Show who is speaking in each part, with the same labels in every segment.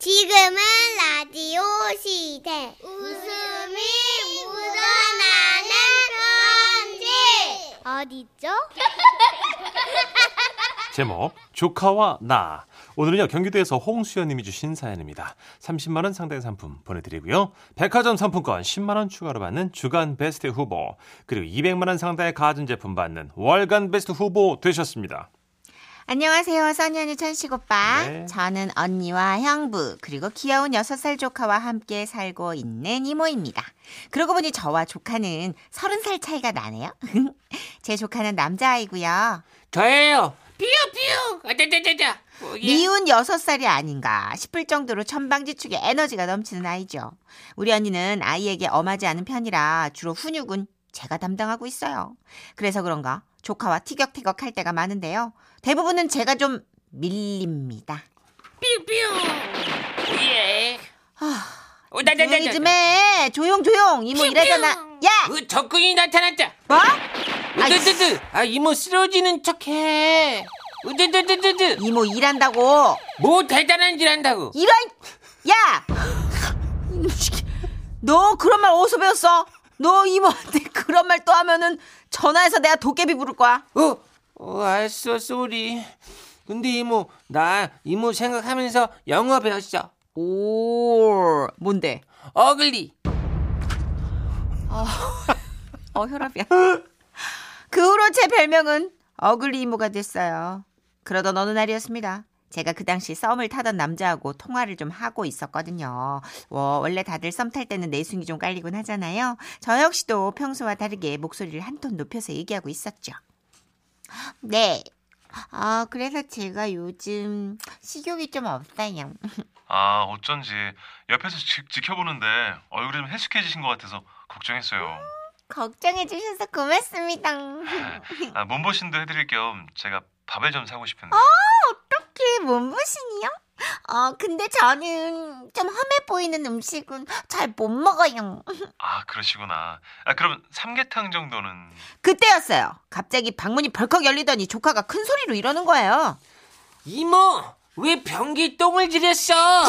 Speaker 1: 지금은 라디오 시대. 웃음이 묻어나는 편지. 어디죠?
Speaker 2: 제목 조카와 나 오늘은요 경기도에서 홍수연님이 주신 사연입니다 30만원 상당의 상품 보내드리고요 백화점 상품권 10만원 추가로 받는 주간 베스트 후보 그리고 200만원 상당의 가전제품 받는 월간 베스트 후보 되셨습니다
Speaker 3: 안녕하세요. 선현이 천식 오빠.
Speaker 2: 네.
Speaker 3: 저는 언니와 형부 그리고 귀여운 6살 조카와 함께 살고 있는 이모입니다. 그러고 보니 저와 조카는 30살 차이가 나네요. 제 조카는 남자아이고요.
Speaker 4: 저예요. 삐요삐요. 아자자자자. 어, 예.
Speaker 3: 미운 6살이 아닌가 싶을 정도로 천방지축에 에너지가 넘치는 아이죠. 우리 언니는 아이에게 엄하지 않은 편이라 주로 훈육은 제가 담당하고 있어요. 그래서 그런가 조카와 티격태격 할 때가 많은데요. 대부분은 제가 좀 밀립니다.
Speaker 4: 삐요삐요. 어, 예. 어,
Speaker 3: 아, 조용히 좀
Speaker 4: 나자자자.
Speaker 3: 해. 조용 조용. 이모
Speaker 4: 뿅뿅.
Speaker 3: 이래잖아. 야.
Speaker 4: 어, 적군이 나타났다.
Speaker 3: 뭐?
Speaker 4: 으드드드. 아 이모 쓰러지는 척해. 으드드드드드.
Speaker 3: 이모 일한다고.
Speaker 4: 뭐 대단한 일 한다고.
Speaker 3: 이런. 야. 이놈 새끼. 너 그런 말 어디서 배웠어? 너 이모한테 그런 말 또 하면은 전화해서 내가 도깨비 부를 거야.
Speaker 4: 어, 어 알았어 쏘리. 근데 이모 뭐, 나 이모 생각하면서 영어 배웠어.
Speaker 3: 오. 뭔데?
Speaker 4: 어글리.
Speaker 3: 어 혈압이야. 그 후로 제 별명은 어글리 이모가 됐어요. 그러던 어느 날이었습니다. 제가 그 당시 썸을 타던 남자하고 통화를 좀 하고 있었거든요. 워- 원래 다들 썸 탈 때는 내숭이 좀 깔리곤 하잖아요. 저 역시도 평소와 다르게 목소리를 한 톤 높여서 얘기하고 있었죠. 네. 아, 그래서 제가 요즘 식욕이 좀 없어요.
Speaker 5: 아, 어쩐지 옆에서 지, 지켜보는데 얼굴이 좀 해숙해지신 것 같아서 걱정했어요.
Speaker 3: 걱정해 주셔서 고맙습니다.
Speaker 5: 아, 몸보신도 해드릴 겸 제가 밥을 좀 사고 싶은데.
Speaker 3: 특히 그 몸부신이요? 어, 근데 저는 좀 험해 보이는 음식은 잘 못 먹어요.
Speaker 5: 아, 그러시구나. 아, 그럼 삼계탕 정도는
Speaker 3: 그때였어요. 갑자기 방문이 벌컥 열리더니 조카가 큰 소리로 이러는 거예요.
Speaker 4: 이모 뭐? 왜 변기 똥을 지렸어?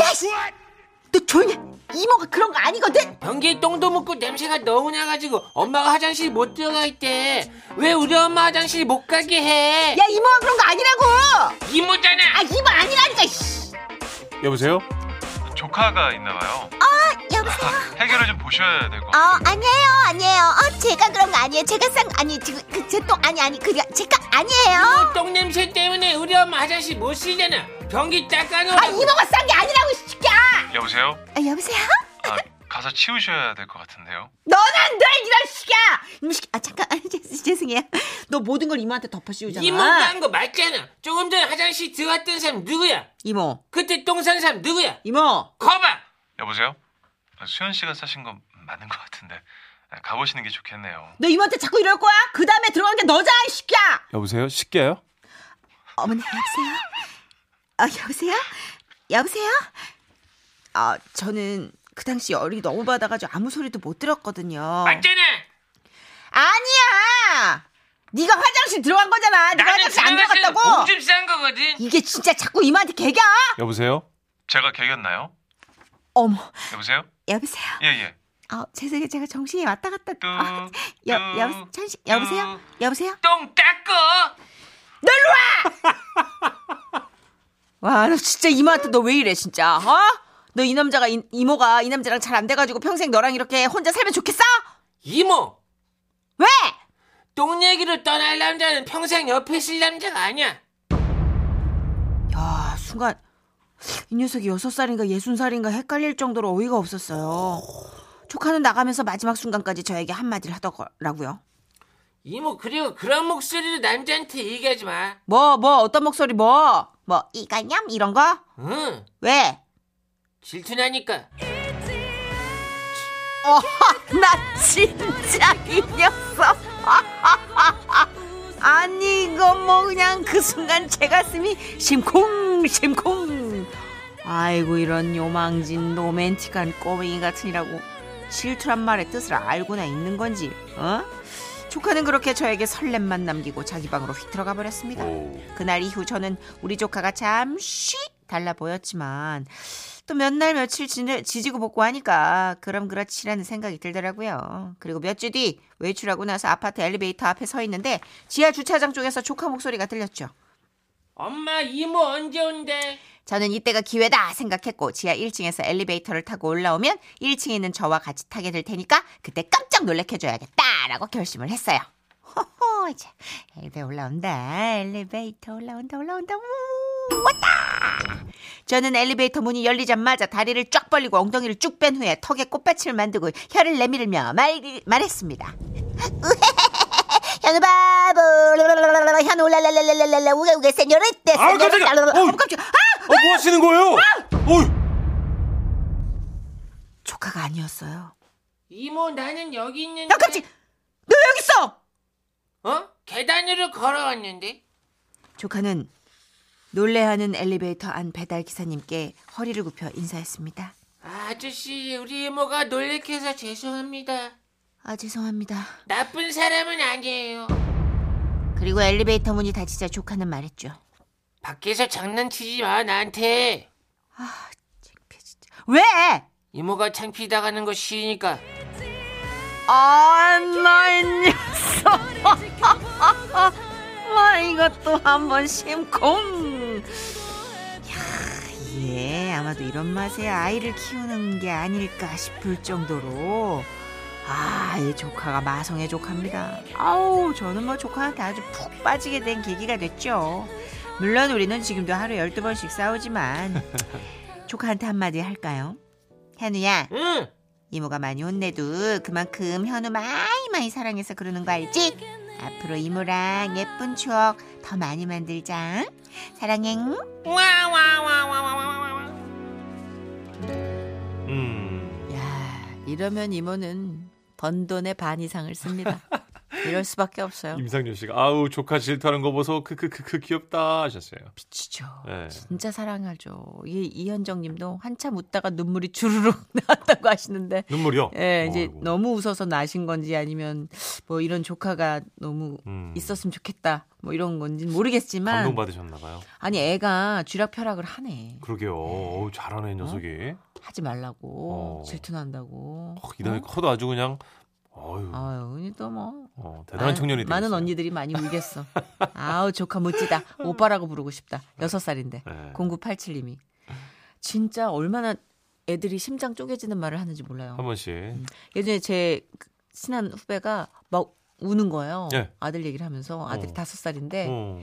Speaker 3: 너 조용히 해. 이모가 그런 거 아니거든?
Speaker 4: 변기에 똥도 묻고 냄새가 너무 나가지고 엄마가 화장실 못 들어가 있대. 왜 우리 엄마 화장실 못 가게 해?
Speaker 3: 야, 이모가 그런 거 아니라고!
Speaker 4: 이모잖아.
Speaker 3: 아, 이모 아니라니까, 씨.
Speaker 2: 여보세요
Speaker 5: 조카가 있나 봐요.
Speaker 3: 어,
Speaker 5: 아,
Speaker 3: 여보세요?
Speaker 5: 해결을 좀 보셔야 될 것
Speaker 3: 어,
Speaker 5: 같아요.
Speaker 3: 아니에요, 아니에요. 어, 제가 그런 거 아니에요. 제가 싼, 아니, 지금, 그, 제 똥, 아니, 아니, 그게, 제가 아니에요.
Speaker 4: 똥 냄새 때문에 우리 엄마 화장실 못 쓰잖아. 변기 닦아놓.
Speaker 3: 아, 이모가 싼 게 아니라고, 씨. 야!
Speaker 5: 여보세요?
Speaker 3: 아, 여보세요?
Speaker 5: 아, 가서 치우셔야 될 것 같은데요.
Speaker 3: 너는 늘 이런 식이야! 이런 식, 아, 잠깐, 아, 죄- 죄송해요. 너 모든 걸 이모한테 덮어 씌우잖아.
Speaker 4: 이모가 한 거 맞잖아. 조금 전에 화장실 들어갔던 사람 누구야?
Speaker 3: 이모,
Speaker 4: 그때 똥 산 사람 누구야?
Speaker 3: 이모.
Speaker 4: 거봐.
Speaker 5: 여보세요? 아, 수현 씨가 사신 건 맞는 것 같은데 아, 가보시는 게 좋겠네요.
Speaker 3: 너 이모한테 자꾸 이럴 거야? 그 다음에 들어간 게 너잖아, 이 새끼야!
Speaker 2: 여보세요 쉽게요
Speaker 3: 어머나, 여보세요? 아, 여보세요? 여보세요? 아, 저는 그 당시 열이 너무 받아가지고 아무 소리도 못 들었거든요.
Speaker 4: 맞잖아.
Speaker 3: 아니야! 네가 화장실 들어간 거잖아! 네가
Speaker 4: 나는
Speaker 3: 화장실 안
Speaker 4: 들어가서
Speaker 3: 들어갔다고!
Speaker 4: 공좀 싼 거거든.
Speaker 3: 이게 진짜 자꾸 이모한테 개겨!
Speaker 2: 여보세요
Speaker 5: 제가 개겼나요?
Speaker 3: 어머,
Speaker 5: 여보세요?
Speaker 3: 여보세요?
Speaker 5: 예, 예.
Speaker 3: 아, 죄송해요. 제가 정신이 왔다 갔다.
Speaker 5: 뚜,
Speaker 3: 아, 여, 여, 천시, 여보세요? 여보세요?
Speaker 4: 똥 닦어.
Speaker 3: 와, 너 진짜 이모한테 너 왜 이래, 진짜, 어? 너 이 남자가, 이, 이모가 이 남자랑 잘 안 돼가지고 평생 너랑 이렇게 혼자 살면 좋겠어?
Speaker 4: 이모.
Speaker 3: 왜?
Speaker 4: 똥 얘기로 떠날 남자는 평생 옆에 있을 남자가 아니야.
Speaker 3: 야, 순간, 이 녀석이 여섯 살인가 예순 살인가 헷갈릴 정도로 어이가 없었어요. 조카는 나가면서 마지막 순간까지 저에게 한마디를 하더라고요.
Speaker 4: 이모 그리고 그런 목소리로 남자한테 얘기하지 마.
Speaker 3: 뭐, 뭐, 어떤 목소리, 뭐? 뭐, 이가냠? 이런 거?
Speaker 4: 응.
Speaker 3: 왜?
Speaker 4: 질투나니까.
Speaker 3: 어, 나 진짜 이 녀석. 아니 이거 뭐 그냥 그 순간 제 가슴이 심쿵 심쿵. 아이고 이런 요망진 로맨틱한 꼬맹이 같으니라고 질투란 말의 뜻을 알고나 있는 건지. 어? 조카는 그렇게 저에게 설렘만 남기고 자기 방으로 휙 들어가 버렸습니다.
Speaker 2: 오.
Speaker 3: 그날 이후 저는 우리 조카가 잠시 달라 보였지만 또 몇 날 며칠 지내- 지지고 볶고 하니까 그럼 그렇지라는 생각이 들더라고요. 그리고 몇 주 뒤 외출하고 나서 아파트 엘리베이터 앞에 서 있는데 지하 주차장 쪽에서 조카 목소리가 들렸죠.
Speaker 4: 엄마 이모 언제 온대?
Speaker 3: 저는 이때가 기회다 생각했고 지하 1층에서 엘리베이터를 타고 올라오면 1층에 있는 저와 같이 타게 될 테니까 그때 깜짝 놀래켜줘야겠다라고 결심을 했어요. 호호 이제 엘리베이터 올라온다 엘리베이터 올라온다 올라온다 우 왔다 저는 엘리베이터 문이 열리자마자 다리를 쫙 벌리고 엉덩이를 쭉 뺀 후에 턱에 꽃밭을 만들고 혀를 내밀며 말, 말했습니다 현우 바보 현우 랄랄랄랄랄라 우게 우게 세뇨레떼
Speaker 2: 아우, 깜짝이야. 어이.
Speaker 3: 깜짝이야
Speaker 2: 어, 뭐 하시는 거예요?
Speaker 3: 아!
Speaker 2: 어이,
Speaker 3: 조카가 아니었어요.
Speaker 4: 이모 나는 여기 있는데.
Speaker 3: 야, 깜찍! 너 여기 있어!
Speaker 4: 어? 계단으로 걸어왔는데.
Speaker 3: 조카는 놀래하는 엘리베이터 안 배달 기사님께 허리를 굽혀 인사했습니다.
Speaker 4: 아저씨 우리 이모가 놀래켜서 죄송합니다.
Speaker 3: 아, 죄송합니다.
Speaker 4: 나쁜 사람은 아니에요.
Speaker 3: 그리고 엘리베이터 문이 닫히자 조카는 말했죠.
Speaker 4: 밖에서 장난치지 마 나한테.
Speaker 3: 왜?
Speaker 4: 이모가 창피당하는 거 싫으니까.
Speaker 3: 아, 나 녀석. 와, 이것도 한번 심쿵. 예, 아마도 이런 맛에 아이를 키우는 게 아닐까 싶을 정도로 아, 이 조카가 마성의 조카입니다. 아우, 저는 뭐 조카한테 아주 푹 빠지게 된 계기가 됐죠. 물론 우리는 지금도 하루 12번씩 싸우지만 조카한테 한마디 할까요? 현우야,
Speaker 4: 응.
Speaker 3: 이모가 많이 혼내도 그만큼 현우 많이 많이 사랑해서 그러는 거 알지? 앞으로 이모랑 예쁜 추억 더 많이 만들자. 사랑해.
Speaker 4: 와와와와와와와.
Speaker 2: 음,
Speaker 3: 야, 이러면 이모는 번 돈의 반 이상을 씁니다. 이럴 수밖에 없어요.
Speaker 2: 임상준 씨가 아우 조카 질투하는 거 보소 크크크크 귀엽다 하셨어요.
Speaker 3: 미치죠.
Speaker 2: 네.
Speaker 3: 진짜 사랑하죠. 이 이현정님도 한참 웃다가 눈물이 주르륵 나왔다고 하시는데,
Speaker 2: 눈물이요.
Speaker 3: 예, 이제
Speaker 2: 어이구.
Speaker 3: 너무 웃어서 나신 건지 아니면 뭐 이런 조카가 너무
Speaker 2: 음,
Speaker 3: 있었으면 좋겠다 뭐 이런 건지 는 모르겠지만
Speaker 2: 감동 받으셨나 봐요.
Speaker 3: 아니 애가 쥐락펴락을 하네. 어?
Speaker 2: 그러게요. 어우, 잘하네 이 녀석이.
Speaker 3: 하지
Speaker 2: 어.
Speaker 3: 말라고 질투난다고.
Speaker 2: 어, 이 나이 커도 아주 그냥 어유
Speaker 3: 아유, 언니 또뭐 아,
Speaker 2: 어, 대단한 청년이 되어요
Speaker 3: 많은 언니들이 많이 울겠어. 아우 조카 멋지다. 오빠라고 부르고 싶다. 여섯 살인데.
Speaker 2: 네.
Speaker 3: 0987님이 진짜 얼마나 애들이 심장 쪼개지는 말을 하는지 몰라요.
Speaker 2: 한
Speaker 3: 음,
Speaker 2: 번씩.
Speaker 3: 예전에 제 친한 후배가 막 우는 거예요.
Speaker 2: 예.
Speaker 3: 아들 얘기를 하면서 아들이
Speaker 2: 어.
Speaker 3: 다섯 살인데
Speaker 2: 어.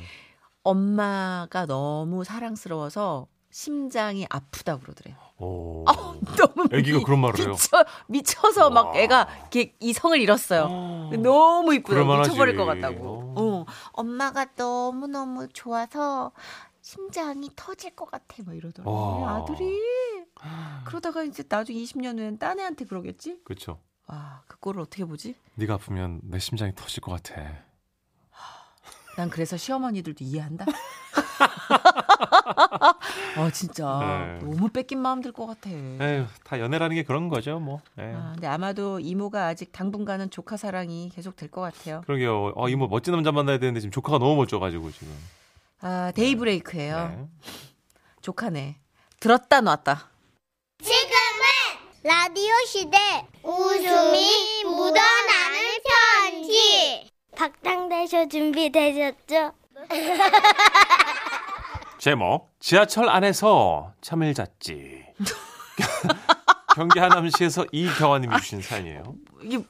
Speaker 3: 엄마가 너무 사랑스러워서 심장이 아프다 그러더래요.
Speaker 2: 어.
Speaker 3: 아, 너무
Speaker 2: 애기가
Speaker 3: 미-
Speaker 2: 그런 말을 해요?
Speaker 3: 미쳐 미쳐서
Speaker 2: 와.
Speaker 3: 막 애가 이렇게 이성을 잃었어요.
Speaker 2: 어.
Speaker 3: 너무 이쁘다.
Speaker 2: 그럴만하지.
Speaker 3: 미쳐버릴 것
Speaker 2: 어.
Speaker 3: 같다고. 어. 엄마가 너무 너무 좋아서 심장이 터질 것 같아. 막 이러더라고.
Speaker 2: 와.
Speaker 3: 아들이 그러다가 이제 나중에 20년 후엔 딴 애한테 그러겠지?
Speaker 2: 그렇죠.
Speaker 3: 와, 그 꼴을 어떻게 보지?
Speaker 2: 네가 아프면 내 심장이 터질 것 같아.
Speaker 3: 난 그래서 시어머니들도 이해한다. 아
Speaker 2: 네.
Speaker 3: 진짜 너무 뺏긴 마음 들 것 같아.
Speaker 2: 에휴, 다 연애라는 게 그런 거죠, 뭐. 예.
Speaker 3: 네. 아, 근데 아마도 이모가 아직 당분간은 조카 사랑이 계속 될 것 같아요.
Speaker 2: 그러게요. 어, 이모 멋진 남자 만나야 되는데 지금 조카가 너무 멋져가지고 지금.
Speaker 3: 아 데이브레이크예요.
Speaker 2: 네.
Speaker 3: 조카네. 들었다 놨다.
Speaker 1: 지금은 라디오 시대 웃음이 묻어나는 편지 박장대쇼 준비되셨죠?
Speaker 2: 제목 지하철 안에서 참을 잤지. 경기 하남시에서 이경환님이 주신 사연이에요.
Speaker 3: 이게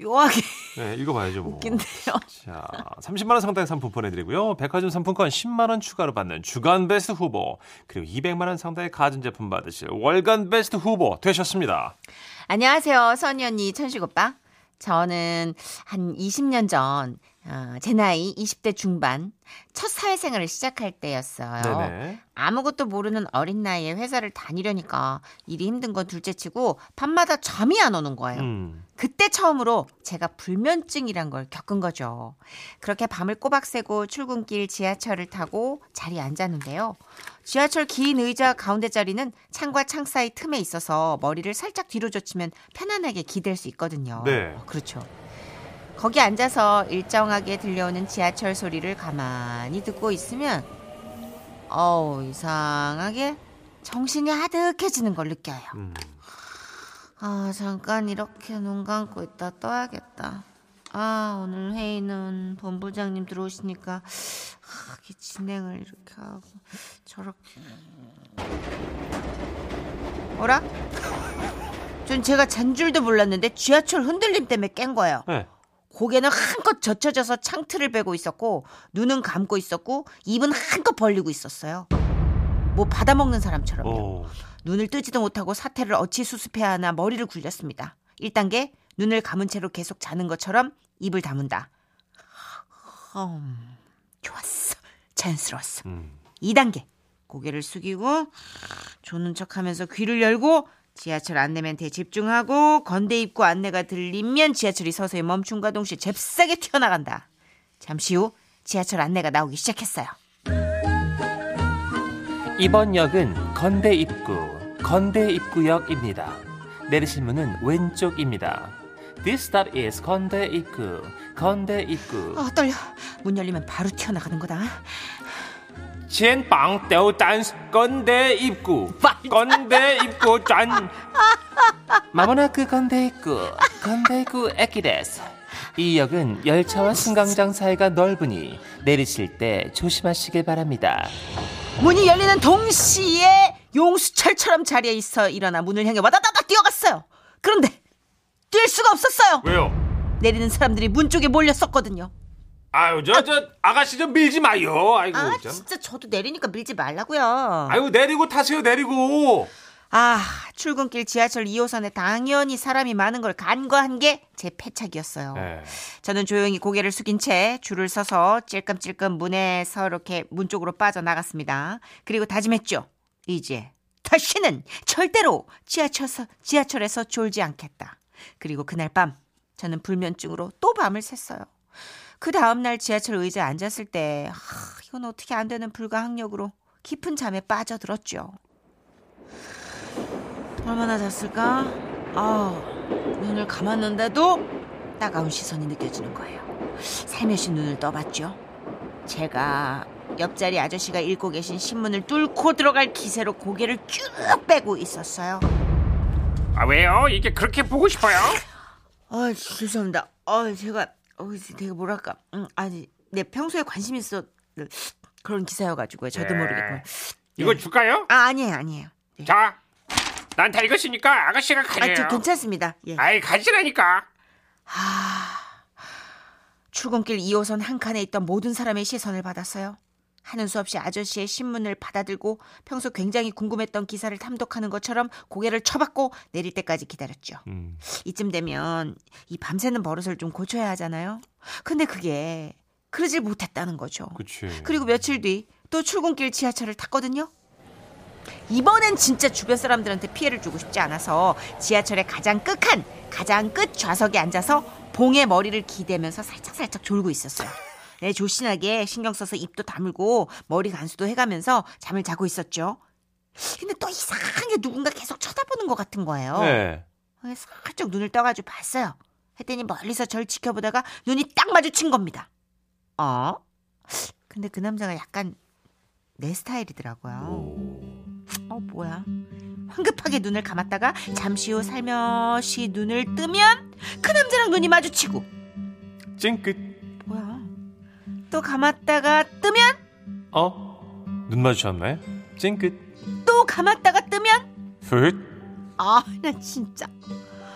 Speaker 3: 묘하게
Speaker 2: 네, 읽어봐야죠. 뭐.
Speaker 3: 웃긴데요.
Speaker 2: 자, 30만 원 상당의 상품 보내드리고요. 백화점 상품권 10만 원 추가로 받는 주간 베스트 후보 그리고 200만 원 상당의 가전제품 받으실 월간 베스트 후보 되셨습니다.
Speaker 3: 안녕하세요. 선희 언니, 천식 오빠. 저는 한 20년 전, 어, 제 나이 20대 중반, 첫 사회생활을 시작할 아, 때였어요.
Speaker 2: 네네.
Speaker 3: 아무것도 모르는 어린 나이에 회사를 다니려니까 일이 힘든 건 둘째 치고 밤마다 잠이 안 오는 거예요.
Speaker 2: 음.
Speaker 3: 그때 처음으로 제가 불면증이란 걸 겪은 거죠. 그렇게 밤을 꼬박 새고 출근길 지하철을 타고 자리에 앉았는데요. 지하철 긴 의자 가운데 자리는 창과 창 사이 틈에 있어서 머리를 살짝 뒤로 젖히면 편안하게 기댈 수 있거든요.
Speaker 2: 네.
Speaker 3: 어, 그렇죠. 거기 앉아서 일정하게 들려오는 지하철 소리를 가만히 듣고 있으면 어우 이상하게 정신이 하득해지는 걸 느껴요.
Speaker 2: 음.
Speaker 3: 아, 잠깐 이렇게 눈 감고 있다 떠야겠다. 아, 오늘 회의는 본부장님 들어오시니까 아, 이게 진행을 이렇게 하고 저렇게. 어라? 전 제가 잔 줄도 몰랐는데 지하철 흔들림 때문에 깬 거예요.
Speaker 2: 네.
Speaker 3: 고개는 한껏 젖혀져서 창틀을 베고 있었고 눈은 감고 있었고 입은 한껏 벌리고 있었어요. 뭐 받아먹는 사람처럼요.
Speaker 2: 오.
Speaker 3: 눈을 뜨지도 못하고 사태를 어찌 수습해야 하나 머리를 굴렸습니다. 1단계 눈을 감은 채로 계속 자는 것처럼 입을 다문다. 음, 좋았어. 자연스러웠어.
Speaker 2: 음.
Speaker 3: 2단계 고개를 숙이고 조는 척하면서 귀를 열고 지하철 안내멘트에 집중하고 건대 입구 안내가 들리면 지하철이 서서히 멈춤과 동시에 잽싸게 튀어나간다. 잠시 후 지하철 안내가 나오기 시작했어요.
Speaker 2: 이번 역은 건대 입구, 건대 입구역입니다. 내리실 문은 왼쪽입니다. This stop is 건대 입구, 건대 입구.
Speaker 3: 아 떨려. 문 열리면 바로 튀어나가는 거다.
Speaker 2: 젠빵 떼우 댄스 건대 입구, 건대 입구 짠. 마모나크 그 건대 입구, 건대 입구 에키데스. 이 역은 열차와 승강장 사이가 넓으니 내리실 때 조심하시길 바랍니다.
Speaker 3: 문이 열리는 동시에 용수철처럼 자리에 있어 일어나 문을 향해 와다다닥 뛰어갔어요. 그런데 뛸 수가 없었어요.
Speaker 2: 왜요?
Speaker 3: 내리는 사람들이 문 쪽에 몰렸었거든요.
Speaker 2: 아유 저 저 아가씨 좀 밀지 마요. 아이고
Speaker 3: 아
Speaker 2: 참.
Speaker 3: 진짜 저도 내리니까 밀지 말라고요.
Speaker 2: 뭐 아유 내리고 타세요 내리고.
Speaker 3: 아 출근길 지하철 2호선에 당연히 사람이 많은 걸 간과한 게 제 패착이었어요.
Speaker 2: 예,
Speaker 3: 저는 조용히 고개를 숙인 채 줄을 서서 찔끔찔끔 문에서 이렇게 문 쪽으로 빠져나갔습니다. 그리고 다짐했죠. 이제 다시는 절대로 지하철에서, 지하철에서 졸지 않겠다. 그리고 그날 밤 저는 불면증으로 또 밤을 샜어요. 그 다음날 지하철 의자에 앉았을 때 아, 이건 어떻게 안 되는 불가항력으로 깊은 잠에 빠져들었죠. 얼마나 잤을까? 아, 눈을 감았는데도 따가운 시선이 느껴지는 거예요. 살며시 눈을 떠봤죠. 제가 옆자리 아저씨가 읽고 계신 신문을 뚫고 들어갈 기세로 고개를 쭉 빼고 있었어요.
Speaker 4: 아 왜요? 이게 그렇게 보고 싶어요?
Speaker 3: 아, 죄송합니다. 아, 제가 어, 되게 뭐랄까, 음, 아니, 네 평소에 관심 있어 그런 기사여가지고요. 저도
Speaker 4: 네.
Speaker 3: 모르겠고.
Speaker 4: 이거 줄까요?
Speaker 3: 아, 아니에요, 아니에요. 예.
Speaker 4: 자, 난 다 읽었으니까 아가씨가
Speaker 3: 아,
Speaker 4: 가세요.
Speaker 3: 저 괜찮습니다. 예.
Speaker 4: 아이 가지라니까.
Speaker 3: 출근길 2호선 한 칸에 있던 모든 사람의 시선을 받았어요. 하는 수 없이 아저씨의 신문을 받아들고 평소 굉장히 궁금했던 기사를 탐독하는 것처럼 고개를 쳐박고 내릴 때까지 기다렸죠.
Speaker 2: 음,
Speaker 3: 이쯤 되면 이 밤새는 버릇을 좀 고쳐야 하잖아요. 근데 그게 그러질 못했다는 거죠.
Speaker 2: 그치.
Speaker 3: 그리고 며칠 뒤 또 출근길 지하철을 탔거든요. 이번엔 진짜 주변 사람들한테 피해를 주고 싶지 않아서 지하철의 가장 끝칸, 가장 끝 좌석에 앉아서 봉의 머리를 기대면서 살짝살짝 졸고 있었어요. 네, 조신하게 신경 써서 입도 다물고 머리 간수도 해가면서 잠을 자고 있었죠. 근데 또 이상하게 누군가 계속 쳐다보는 것 같은 거예요.
Speaker 2: 네.
Speaker 3: 그래서 살짝 눈을 떠가지고 봤어요. 했더니 멀리서 절 지켜보다가 눈이 딱 마주친 겁니다. 어? 근데 그 남자가 약간 내 스타일이더라고요. 어, 뭐야? 황급하게 눈을 감았다가 잠시 후 살며시 눈을 뜨면 그 남자랑 눈이 마주치고
Speaker 2: 찡긋.
Speaker 3: 뭐야? 또 감았다가 뜨면
Speaker 2: 어? 눈 마주쳤네. 찡긋.
Speaker 3: 또 감았다가 뜨면
Speaker 2: 풋.
Speaker 3: 아, 나 진짜.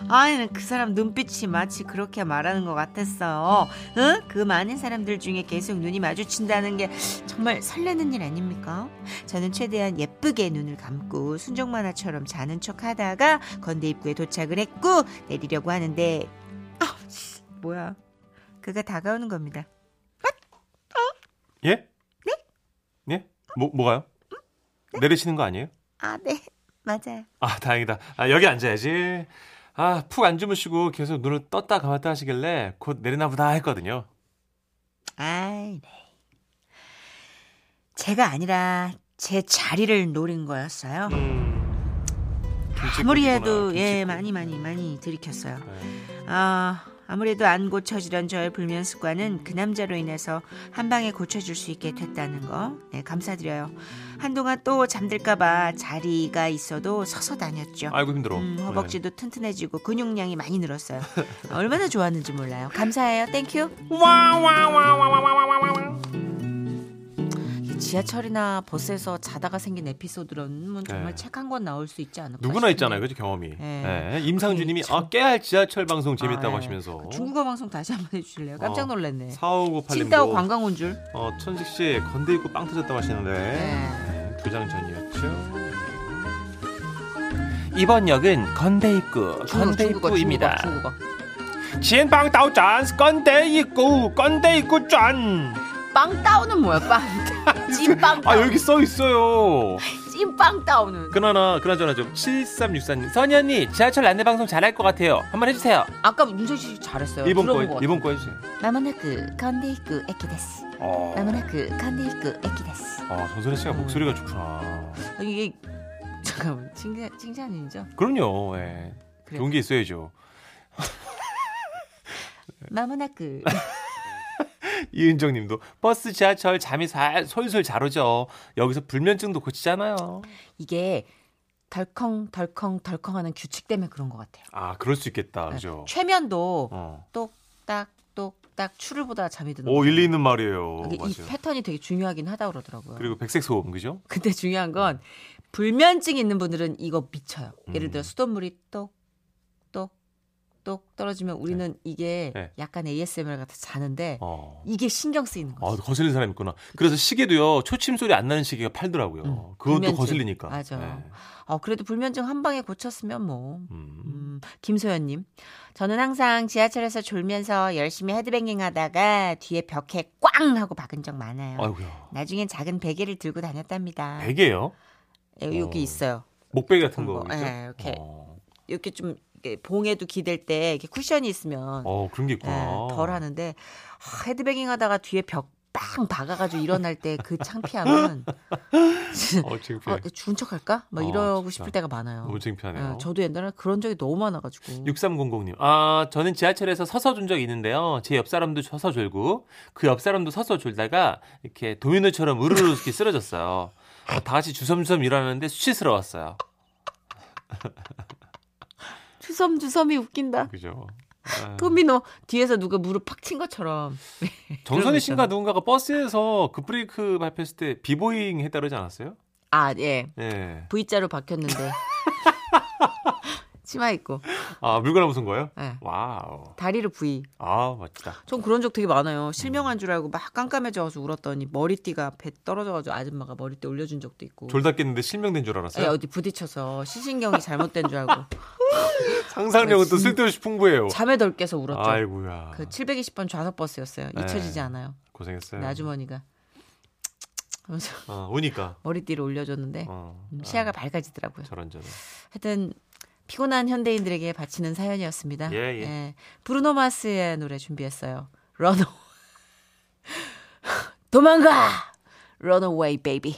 Speaker 3: 아니, 나그 사람 눈빛이 마치 그렇게 말하는 것 같았어요. 응? 그 많은 사람들 중에 계속 눈이 마주친다는 게 정말 설레는 일 아닙니까? 저는 최대한 예쁘게 눈을 감고 순정 만화처럼 자는 척 하다가 건대 입구에 도착을 했고 내리려고 하는데, 아, 씨, 뭐야. 그가 다가오는 겁니다.
Speaker 2: 예? 네? 예? 뭐 뭐가요?
Speaker 3: 네?
Speaker 2: 내리시는 거 아니에요?
Speaker 3: 아, 네. 맞아요.
Speaker 2: 아 다행이다. 아 여기 앉아야지. 아 푹 안 주무시고 계속 눈을 떴다 감았다 하시길래 곧 내리나 보다 했거든요.
Speaker 3: 아이, 네. 제가 아니라 제 자리를 노린 거였어요.
Speaker 2: 음. 김칫국이구나,
Speaker 3: 아무리 해도 예
Speaker 2: 김칫국.
Speaker 3: 많이 많이 많이 들이켰어요.
Speaker 2: 네.
Speaker 3: 아 아무래도 안 고쳐지던 저의 불면 습관은 그 남자로 인해서 한 방에 고쳐줄 수 있게 됐다는 거 네, 감사드려요. 한동안 또 잠들까봐 자리가 있어도 서서 다녔죠.
Speaker 2: 아이고 힘들어.
Speaker 3: 음, 허벅지도 튼튼해지고 근육량이 많이 늘었어요. 아, 얼마나 좋았는지 몰라요. 감사해요. 땡큐. 이 지하철이나 버스에서 자다가 생긴 에피소드로는 뭐
Speaker 2: 네.
Speaker 3: 정말 책 한 권 나올 수 있지 않을까?
Speaker 2: 누구나
Speaker 3: 싶은데.
Speaker 2: 있잖아요, 그죠 경험이.
Speaker 3: 네.
Speaker 2: 네, 임상준님이
Speaker 3: 그게 참-
Speaker 2: 아 깨알 지하철 방송 재밌다고
Speaker 3: 아, 예.
Speaker 2: 하시면서
Speaker 3: 중국어 방송 다시 한번 해주실래요? 깜짝
Speaker 2: 어.
Speaker 3: 놀랐네. 칭다오
Speaker 2: 4598님도
Speaker 3: 관광 온 줄.
Speaker 2: 어, 천식 씨 건대 입고 빵 터졌다고 하시는데
Speaker 3: 네.
Speaker 2: 두 장 전이었죠. 이번 역은 건대 입구,
Speaker 3: 중국,
Speaker 2: 건대
Speaker 3: 중국어,
Speaker 2: 입구입니다.
Speaker 3: 중국어, 중국어.
Speaker 2: 진방 다오잔 건대 입구, 건대 입구 짠.
Speaker 3: 빵 따오는 뭐야? 빵. 찐빵
Speaker 2: 아
Speaker 3: 따오.
Speaker 2: 여기 써 있어요.
Speaker 3: 찐빵 따오는.
Speaker 2: 그나나 그나저나 좀 7364님 선희 언니 지하철 안내 방송 잘할 것 같아요. 한번 해주세요.
Speaker 3: 아까 문선 씨 잘했어요.
Speaker 2: 일본
Speaker 3: 들어본
Speaker 2: 거
Speaker 3: 것
Speaker 2: 일본 거 해주세요.
Speaker 3: 같아요. 마모나크 건데이쿠 에키데스.
Speaker 2: 어.
Speaker 3: 마모나크 건데이쿠 에키데스.
Speaker 2: 아 전선혜
Speaker 3: 음.
Speaker 2: 씨가 목소리가 좋구나.
Speaker 3: 아, 이게 잠깐만 칭찬 칭찬이죠?
Speaker 2: 그럼요. 예.
Speaker 3: 그래요.
Speaker 2: 좋은 게 있어야죠.
Speaker 3: 마모나크 그
Speaker 2: 이은정 님도 버스 지하철 잠이 살 솔솔 잘 오죠. 여기서 불면증도 고치잖아요.
Speaker 3: 이게 덜컹 덜컹 덜컹하는 규칙 때문에 그런 것 같아요.
Speaker 2: 아, 그럴 수 있겠다. 그죠?
Speaker 3: 최면도
Speaker 2: 어.
Speaker 3: 똑딱 똑딱 추를 보다 잠이 드는.
Speaker 2: 오,
Speaker 3: 거.
Speaker 2: 일리 있는 말이에요.
Speaker 3: 이게 이
Speaker 2: 맞아요.
Speaker 3: 패턴이 되게 중요하긴 하다 그러더라고요.
Speaker 2: 그리고 백색 소음 그죠?
Speaker 3: 근데 중요한 건 불면증 있는 분들은 이거 미쳐요. 예를 들어
Speaker 2: 음.
Speaker 3: 수돗물이 똑똑똑 떨어지면 우리는 이게
Speaker 2: 네.
Speaker 3: 약간 ASMR 같아 자는데
Speaker 2: 어.
Speaker 3: 이게 신경 쓰이는 거죠.
Speaker 2: 아, 거슬리는 사람 있구나. 그래서 시계도요. 초침 소리 안 나는 시계가 팔더라고요.
Speaker 3: 음,
Speaker 2: 그건 또
Speaker 3: 불면증.
Speaker 2: 거슬리니까.
Speaker 3: 맞아.
Speaker 2: 예.
Speaker 3: 어, 그래도 불면증 한 방에 고쳤으면 뭐.
Speaker 2: 음.
Speaker 3: 음, 김소연님, 저는 항상 지하철에서 졸면서 열심히 헤드뱅잉 하다가 뒤에 벽에 꽝 하고 박은 적 많아요.
Speaker 2: 음. 아이고야.
Speaker 3: 나중엔 작은 베개를 들고 다녔답니다.
Speaker 2: 어. 베개요?
Speaker 3: 예, 여기
Speaker 2: 어.
Speaker 3: 있어요.
Speaker 2: 목베개 같은
Speaker 3: 그런
Speaker 2: 거.
Speaker 3: 거,
Speaker 2: 그죠?
Speaker 3: 예, 이렇게.
Speaker 2: 어.
Speaker 3: 이렇게 좀 이렇게 봉에도 기댈 때 이렇게 쿠션이 있으면
Speaker 2: 어, 그런 게 있구나.
Speaker 3: 예, 덜 하는데 아, 헤드뱅잉 하다가 뒤에 벽 빵 박아가지고 일어날 때 그 창피함은 진짜,
Speaker 2: 어, 창피해.
Speaker 3: 아, 죽은 척할까? 막
Speaker 2: 어,
Speaker 3: 이러고
Speaker 2: 진짜.
Speaker 3: 싶을 때가 많아요.
Speaker 2: 너무 창피하네요.
Speaker 3: 예, 저도 옛날에 그런 적이 너무 많아가지고
Speaker 2: 6300님. 아, 저는 지하철에서 서서 준 적이 있는데요. 제 옆 사람도 서서 졸고, 그 옆 사람도 서서 졸다가, 이렇게 도미노처럼 으르르 이렇게 쓰러졌어요. 어, 다 같이 주섬주섬 일어나는데 수치스러웠어요.
Speaker 3: 주섬주섬이 웃긴다.
Speaker 2: 그죠. 어.
Speaker 3: 도미노 뒤에서 누가 무릎 팍 친 것처럼
Speaker 2: 정선희 씨인가
Speaker 3: 있잖아.
Speaker 2: 누군가가 버스에서 그 급브레이크 발표했을 때 비보잉 했다르지 않았어요?
Speaker 3: 아 예.
Speaker 2: 예.
Speaker 3: V자로 박혔는데 치마 입고
Speaker 2: 아, 물건을 무슨 거예요?
Speaker 3: 예.
Speaker 2: 와우.
Speaker 3: 다리를 V
Speaker 2: 아, 멋지다.
Speaker 3: 전 그런 적 되게 많아요. 실명한 줄 알고 막 깜깜해져서 울었더니 머리띠가 배 떨어져가지고 아줌마가 머리띠 올려준 적도 있고.
Speaker 2: 졸다 깼는데 실명된 줄
Speaker 3: 예,
Speaker 2: 알았어요?
Speaker 3: 어디 부딪혀서 시신경이 잘못된 줄 알고
Speaker 2: 상상력은 또
Speaker 3: 아, 진-
Speaker 2: 쓸데없이 풍부해요.
Speaker 3: 잠에 덜 깨서 울었죠.
Speaker 2: 그 아이고야.
Speaker 3: 그 720번 좌석 버스였어요.
Speaker 2: 네.
Speaker 3: 잊혀지지 않아요.
Speaker 2: 고생했어요.
Speaker 3: 근데 아주머니가 하면서
Speaker 2: 어, 오니까.
Speaker 3: 머리띠를 올려줬는데
Speaker 2: 어.
Speaker 3: 음, 시야가 밝아지더라고요.
Speaker 2: 저런 저런.
Speaker 3: 하여튼 피곤한 현대인들에게 바치는 사연이었습니다.
Speaker 2: 예, 예.
Speaker 3: 브루노 마스의 노래 준비했어요. Run. Away. 도망가. Run away baby.